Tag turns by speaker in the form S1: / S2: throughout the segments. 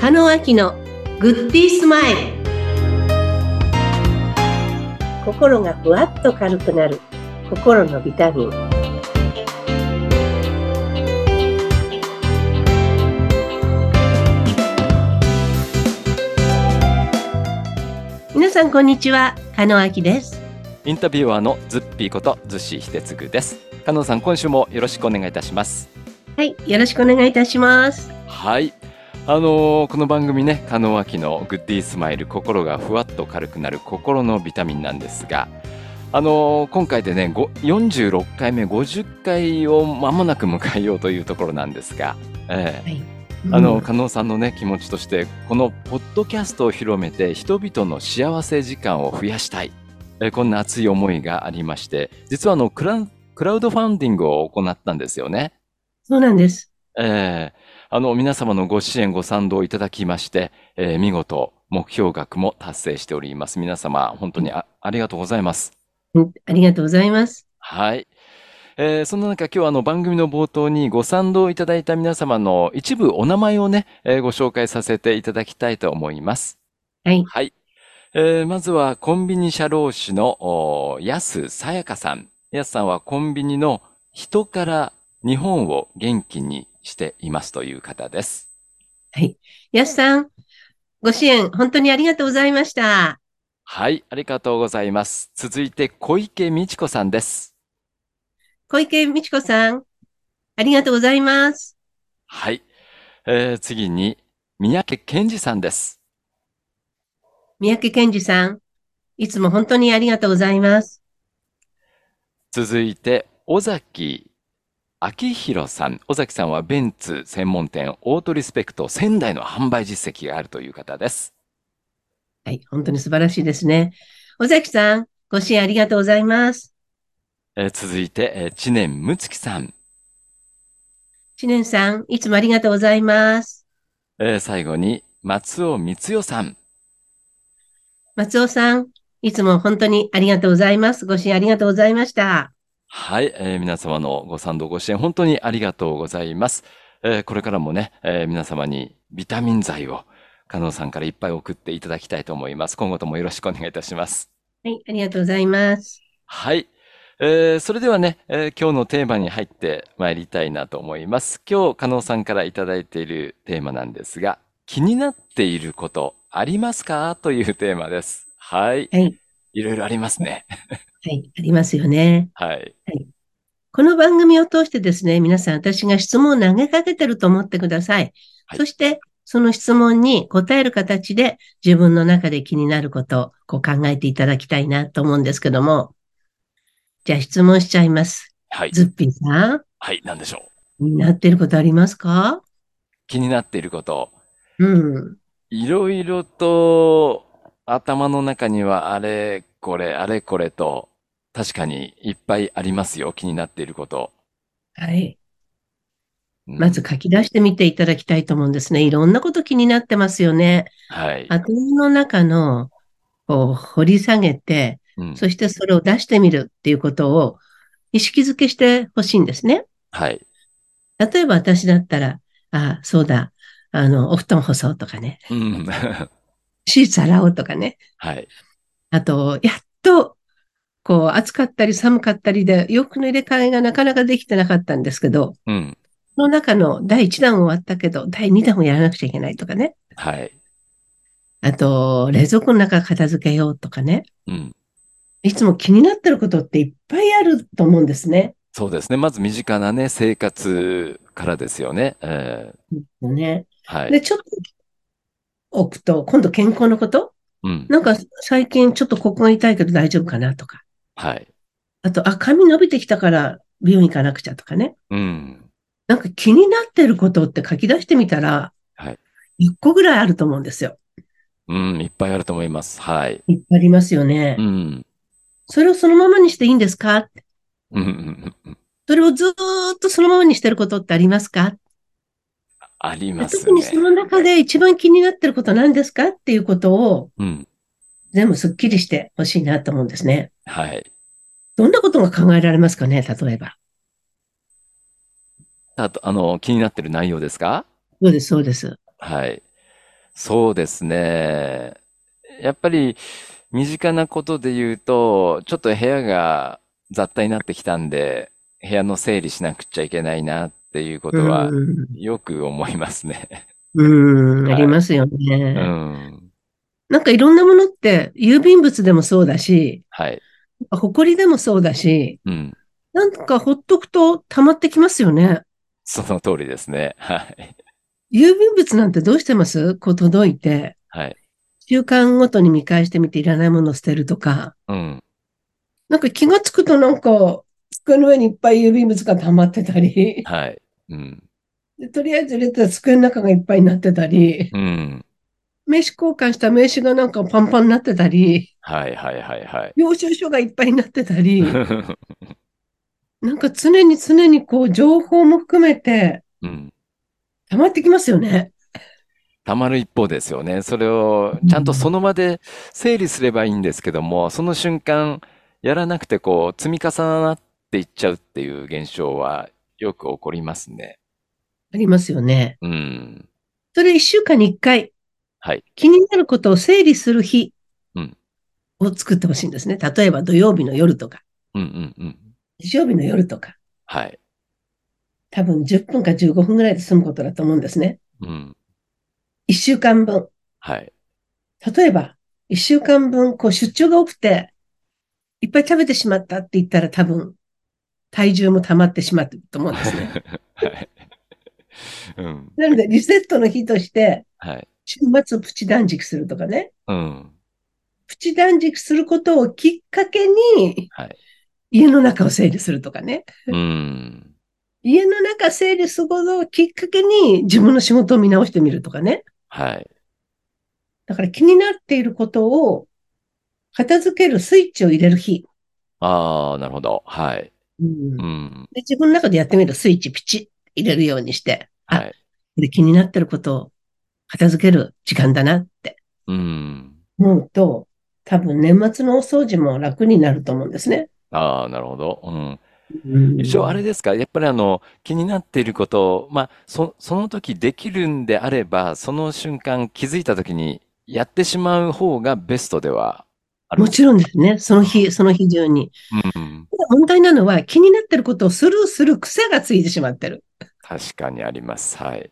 S1: 中野明のグッディースマイル心がふわっと軽くなる心のビタミン皆さんこんにちは加野明です
S2: インタビュアーのズッピーことズッシー秀次です。加納さん、今週もよろしくお願いいたします。
S1: はいよろしくお願いいたします
S2: はい。あのーこの番組ね、加納明のグッディースマイル、心がふわっと軽くなる心のビタミンなんですが、あのー今回でね、ご46回目、50回を間もなく迎えようというところなんですが、ええ
S1: はい
S2: あ
S1: う
S2: の、
S1: ん
S2: 加納さんのね、気持ちとして、このポッドキャストを広めて、人々の幸せ時間を増やしたい。えーこんな熱い思いがありまして、実はあの、クランクラウドファンディングを行ったんですよね。
S1: そうなんです
S2: ええあの、皆様のご支援、ご賛同いただきまして、えー見事、目標額も達成しております。皆様、本当にあありがとうございます。
S1: うんありがとうございます
S2: はい。えーそんな中、今日はあの番組の冒頭にご賛同いただいた皆様の一部お名前をね、えーご紹介させていただきたいと思います。
S1: はい
S2: はい。えーまずはコンビニ社労士の、おー安さやかさん。安さんはコンビニの人から日本を元気にしていますという方です。
S1: やすさんご支援本当にありがとうございました
S2: はい、ありがとうございます。続いて小池美智子さんです。
S1: 小池美智子さんありがとうございます
S2: はい。えー次に、三宅健二さんです。
S1: 三宅健二さんいつも本当にありがとうございます
S2: 続いて、尾崎明弘さん。尾崎さんはベンツ専門店オートリスペクト仙台の販売実績があるという方です。
S1: はい本当に素晴らしいですね尾崎さんご支援ありがとうございます
S2: えー続いて、えー知念睦月さん。
S1: 知念さん、いつもありがとうございます。
S2: えー最後に、松尾光代さん。
S1: 松尾さん、いつも本当にありがとうございます。ご支援ありがとうございました。
S2: はい、えー皆様のご賛同ご支援本当にありがとうございます。えーこれからもね、えー皆様にビタミン剤を加納さんからいっぱい送っていただきたいと思います。今後ともよろしくお願いいたします。
S1: はい、ありがとうございます。
S2: はい。えーそれではね、えー今日のテーマに入ってまいりたいなと思います。今日、加納さんからいただいているテーマなんですが、気になっていることありますかというテーマです。はい。
S1: はい、
S2: いろいろありますね。
S1: はい、ありますよね。
S2: はい。
S1: この番組を通してですね、皆さん、私が質問を投げかけてると思ってください。
S2: はい
S1: そして、その質問に答える形で、自分の中で気になることをこう考えていただきたいなと思うんですけども。じゃあ、質問しちゃいます。
S2: はい。
S1: ズッピーさん、
S2: はい。なんでしょ
S1: 気
S2: う。
S1: になっていることありますか
S2: 気になっていること。
S1: うん。
S2: いろいろと頭の中にはあれこれあれこれと確かにいっぱいありますよ気になっていること。
S1: はい。
S2: うん
S1: まず書き出してみていただきたいと思うんですね。いろんなこと気になってますよね。
S2: はい。
S1: 頭の中の、こう、掘り下げて、
S2: うん
S1: そしてそれを出してみるっていうことを意識づけしてほしいんですね。
S2: はい。
S1: 例えば私だったら、あ、そうだ、あの、お布団干そうとかね、
S2: うん は
S1: シーツ洗おうとかね、
S2: い。
S1: あと、やっと、こう、暑かったり寒かったりで、洋服の入れ替えがなかなかできてなかったんですけど、
S2: うん。
S1: その中の第1弾終わったけど、第2弾をやらなくちゃいけないとかね。
S2: はい。
S1: あと、冷蔵庫の中片付けようとかね。
S2: うん。
S1: いつも気になってることっていっぱいあると思うんですね。
S2: そうですね。まず身近なね、生活からですよね。えー
S1: ね。
S2: はい。
S1: で、ちょっと置くと、今度健康のこと
S2: うん。
S1: なんか最近ちょっとここが痛いけど大丈夫かなとか。
S2: はい。
S1: あと、あ、髪伸びてきたから美容院行かなくちゃとかね。
S2: うん。
S1: なんか気になってることって書き出してみたら、
S2: はい
S1: 1個ぐらいあると思うんですよ。
S2: うん。いっぱいあると思います。はい。
S1: いっぱいありますよね。
S2: うん。
S1: それをそのままにしていいんですか
S2: うんうんうんうん。
S1: それをずーっとそのままにしてることってありますか
S2: あります
S1: 特に
S2: ね
S1: その中で一番気になってることなんですかっていうことを
S2: うん。
S1: 全部すっきりしてほしいなと思うんですね。
S2: はい。
S1: どんなことが考えられますかね例えば。
S2: あと、あの、気になってる内容ですか
S1: そうです、そうです。
S2: はい。そうですね。やっぱり身近なことで言うと、ちょっと部屋が雑多になってきたんで、部屋の整理しなくちゃいけないなっていうこ
S1: う
S2: とは
S1: ん。
S2: よく思いますね。
S1: うん、
S2: はい
S1: ありますよ
S2: う
S1: ね。
S2: ん。
S1: なんかいろんなものって、郵便物でもそうだし、
S2: はい。
S1: 埃でもそうだし、
S2: うん。
S1: なんかほっとくと溜まってきますよね。
S2: その通りですね。はい。
S1: 郵便物なんてどうしてますこう届いて、
S2: はい。
S1: 週間ごとに見返してみていらないものを捨てるとか、
S2: うん。
S1: なんか気がつくとなんか、机の上にいっぱい郵便物が溜まってたり、
S2: はい。うん。
S1: でとりあえず入れたら机の中がいっぱいになってたり、
S2: うん。
S1: 名刺交換した名刺がなんかパンパンになってたり、
S2: はいはいはい はい。
S1: 領収書がいっぱいになってた り、なんか常に常にこう情報も含めて
S2: うん。
S1: 溜まってきますよね。
S2: たまる一方ですよね。それをちゃんとその場で整理すればいいんですけども、その瞬間やらなくてこう積み重なっていっちゃうっていう現象はよく起こりますね。
S1: ありますよね。
S2: うん。
S1: それ一週間に一回、
S2: はい。
S1: 気になることを整理する日
S2: うん
S1: を作ってほしいんですね。例えば土曜日の夜とか、
S2: うんうんうん。
S1: 日曜日の夜とか、
S2: はい。
S1: 多分10分か15分ぐらいで済むことだと思うんですね。
S2: うん。
S1: 一週間分。
S2: はい。
S1: 例えば、一週間分、こう出張が多くて、いっぱい食べてしまったって言ったら多分、体重も溜まってしまうと思うんですね。
S2: はい。うん。
S1: なので、リセットの日として、
S2: はい。
S1: 週末プチ断食するとかね。
S2: うん。
S1: プチ断食することをきっかけに、
S2: はい。
S1: 家の中を整理するとかね。
S2: うん。
S1: 家の中整理することをきっかけに自分の仕事を見直してみるとかね。
S2: はい。
S1: だから気になっていることを片付けるスイッチを入れる日。
S2: ああ、なるほど。はい。
S1: うん
S2: うん。
S1: で自分の中でやってみるスイッチピチッ入れるようにして、あ
S2: はい。
S1: で気になっていることを片付ける時間だなって
S2: うん。
S1: 思うと、多分年末のお掃除も楽になると思うんですね。
S2: ああ、なるほど。うん。
S1: うん
S2: 一応あれですか、やっぱりあの気になっていることを、まあ、そ、その時できるんであれば、その瞬間気づいた時にやってしまう方がベストではある
S1: もちろんですね。その日、その日中に。
S2: うん、
S1: ただ問題なのは気になっていることをスルーする癖がついてしまってる。
S2: 確かにあります。はい。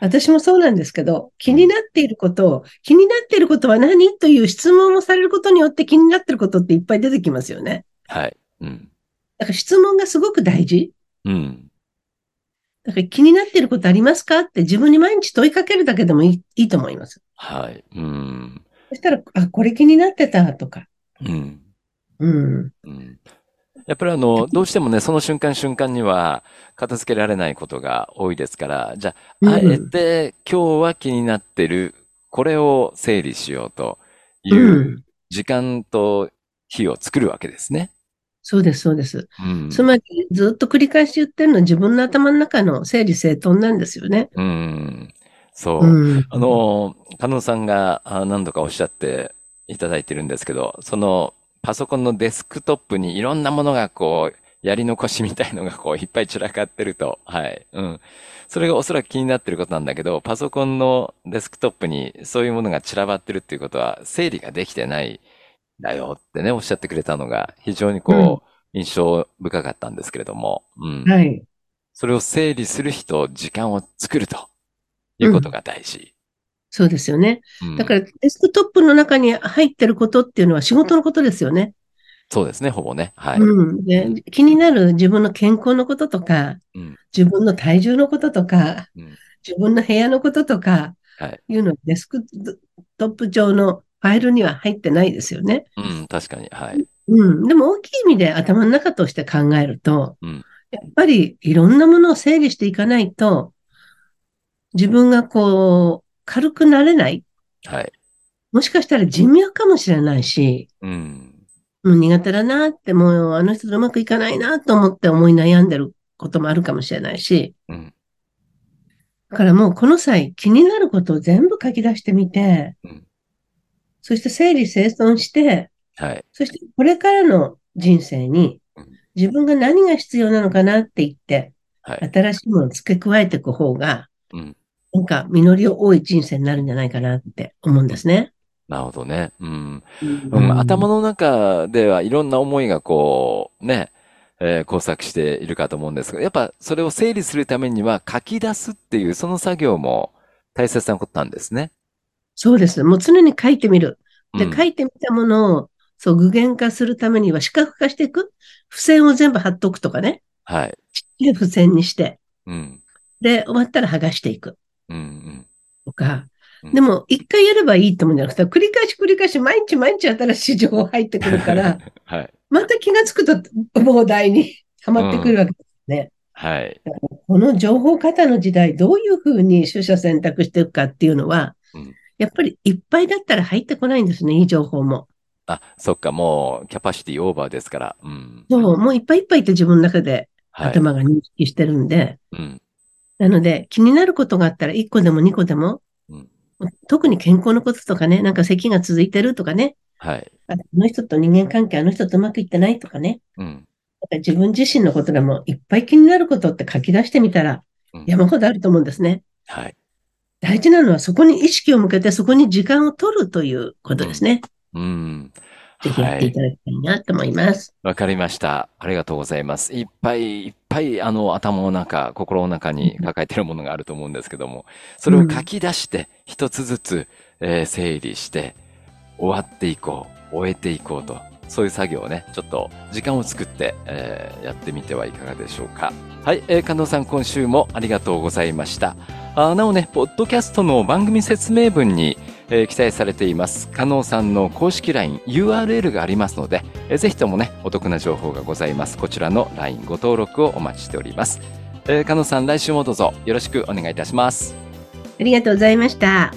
S1: 私もそうなんですけど、気になっていることを、気になっていることは何という質問をされることによって気になっていることっていっぱい出てきますよね。
S2: はい。うん。
S1: だから質問がすごく大事。
S2: うん。
S1: だから気になっていることありますかって自分に毎日問いかけるだけでもいいいいと思います。
S2: はい。うん。
S1: そしたら、あ、これ気になってたとか。
S2: うん。
S1: うん。
S2: うんやっぱりあの、どうしてもね、その瞬間瞬間には片付けられないことが多いですから、じゃ
S1: う
S2: あ、あえ
S1: ん、
S2: て今日は気になってる、これを整理しようというう時間と日を作るわけですね。
S1: そうです、そうです。
S2: うん。
S1: つまり、ずっと繰り返し言ってるのは自分の頭の中の整理整頓なんですよね。
S2: うん。そうう。
S1: ん。
S2: あの、加納さんがあ何度かおっしゃっていただいてるんですけど、そのパソコンのデスクトップにいろんなものがこう、やり残しみたいのがこう、いっぱい散らかってると。はい。うん。それがおそらく気になってることなんだけど、パソコンのデスクトップにそういうものが散らばってるっていうことは、整理ができてないんだよってね、おっしゃってくれたのが、非常にこう、印象深かったんですけれども。うん。
S1: はい。
S2: それを整理する日と時間を作るということが大事。
S1: そうですよね。
S2: うん
S1: だから、デスクトップの中に入ってることっていうのは仕事のことですよね。
S2: そうですね、ほぼね。はい。
S1: うん。で、気になる自分の健康のこととか
S2: うん、
S1: 自分の体重のこととか、
S2: うん
S1: 自分の部屋のこととか、
S2: はい
S1: いうのはデスクトップ上のファイルには入ってないですよね。
S2: うん、確かに。はい。
S1: うん。でも大きい意味で頭の中として考えると、
S2: うん
S1: やっぱりいろんなものを整理していかないと、自分がこう、軽くなれない。
S2: はい。
S1: もしかしたら人脈かもしれないし、
S2: うん。
S1: もう苦手だなって、もうあの人とうまくいかないなと思って思い悩んでることもあるかもしれないし、
S2: うん。
S1: だからもうこの際気になることを全部書き出してみて、
S2: うん
S1: そして整理整頓して、
S2: はい。
S1: そしてこれからの人生に
S2: うん
S1: 自分が何が必要なのかなって言って、
S2: はい。
S1: 新しいものを付け加えていく方が
S2: うん
S1: なんか実りを多い人生になるんじゃないかなって思うんですね。
S2: なるほどね。うん。
S1: う
S2: うん、頭の中ではいろんな思いがこう、ね、えー交錯しているかと思うんですけど、やっぱそれを整理するためには書き出すっていうその作業も大切なことなんですね。
S1: そうです。もう常に書いてみる。
S2: う
S1: で、
S2: ん
S1: 書いてみたものを、そう、具現化するためには視覚化していく。付箋を全部貼っとくとかね。
S2: はい。
S1: で、付箋にして。
S2: うん。
S1: で、終わったら剥がしていく
S2: うん。うん。
S1: とか
S2: うん。
S1: でも、一回やればいいと思うんじゃなくて、繰り返し繰り返し、毎日毎日新しい情報入ってくる から、
S2: はい。
S1: また気がつくと、膨大に溜まってくるわけですね。
S2: はい。
S1: この情報過多の時代、どういうふうに取捨選択していくかっていうのは、
S2: うん
S1: やっぱりいっぱいだったら入ってこないんですね、いい情報も。
S2: あ、そっか、もうキャパシティオーバーですから。うん。
S1: そう、もういっぱいいっぱいって自分の中で
S2: はい。
S1: 頭が認識してるんで、
S2: うん。
S1: なので気になることがあったら1個でも2個でも、
S2: うん
S1: 特に健康のこととかね、なんか咳が続いてるとかね、
S2: はい。
S1: あこの人と人間関係、あの人とうまくいってないとかね、
S2: うん。
S1: なんか自分自身のことでもいっぱい気になることって書き出してみたら
S2: うん
S1: 山ほどあると思うんですね。
S2: はい。
S1: 大事なのはそこに意識を向けてそこに時間を取るということですね。
S2: うん。
S1: ぜひやっていただきたいなと思います。
S2: わかりました。ありがとうございます。いっぱいいっぱい、あの、頭の中、心の中に抱えているものがあると思うんですけども、それを書き出して、一つずつ、えー整理して、終わっていこう、終えていこうと、そういう作業をね、ちょっと時間を作って、えーやってみてはいかがでしょうか。はい、えー、加納さん、今週もありがとうございました。あーなおね、ポッドキャストの番組説明文に、えー記載されています、加納さんの公式 LINE、URL がありますので、えーぜひともね、お得な情報がございます。こちらの LINE ご登録をお待ちしております。えー、加納さん、来週もどうぞよろしくお願いいたします。
S1: ありがとうございました。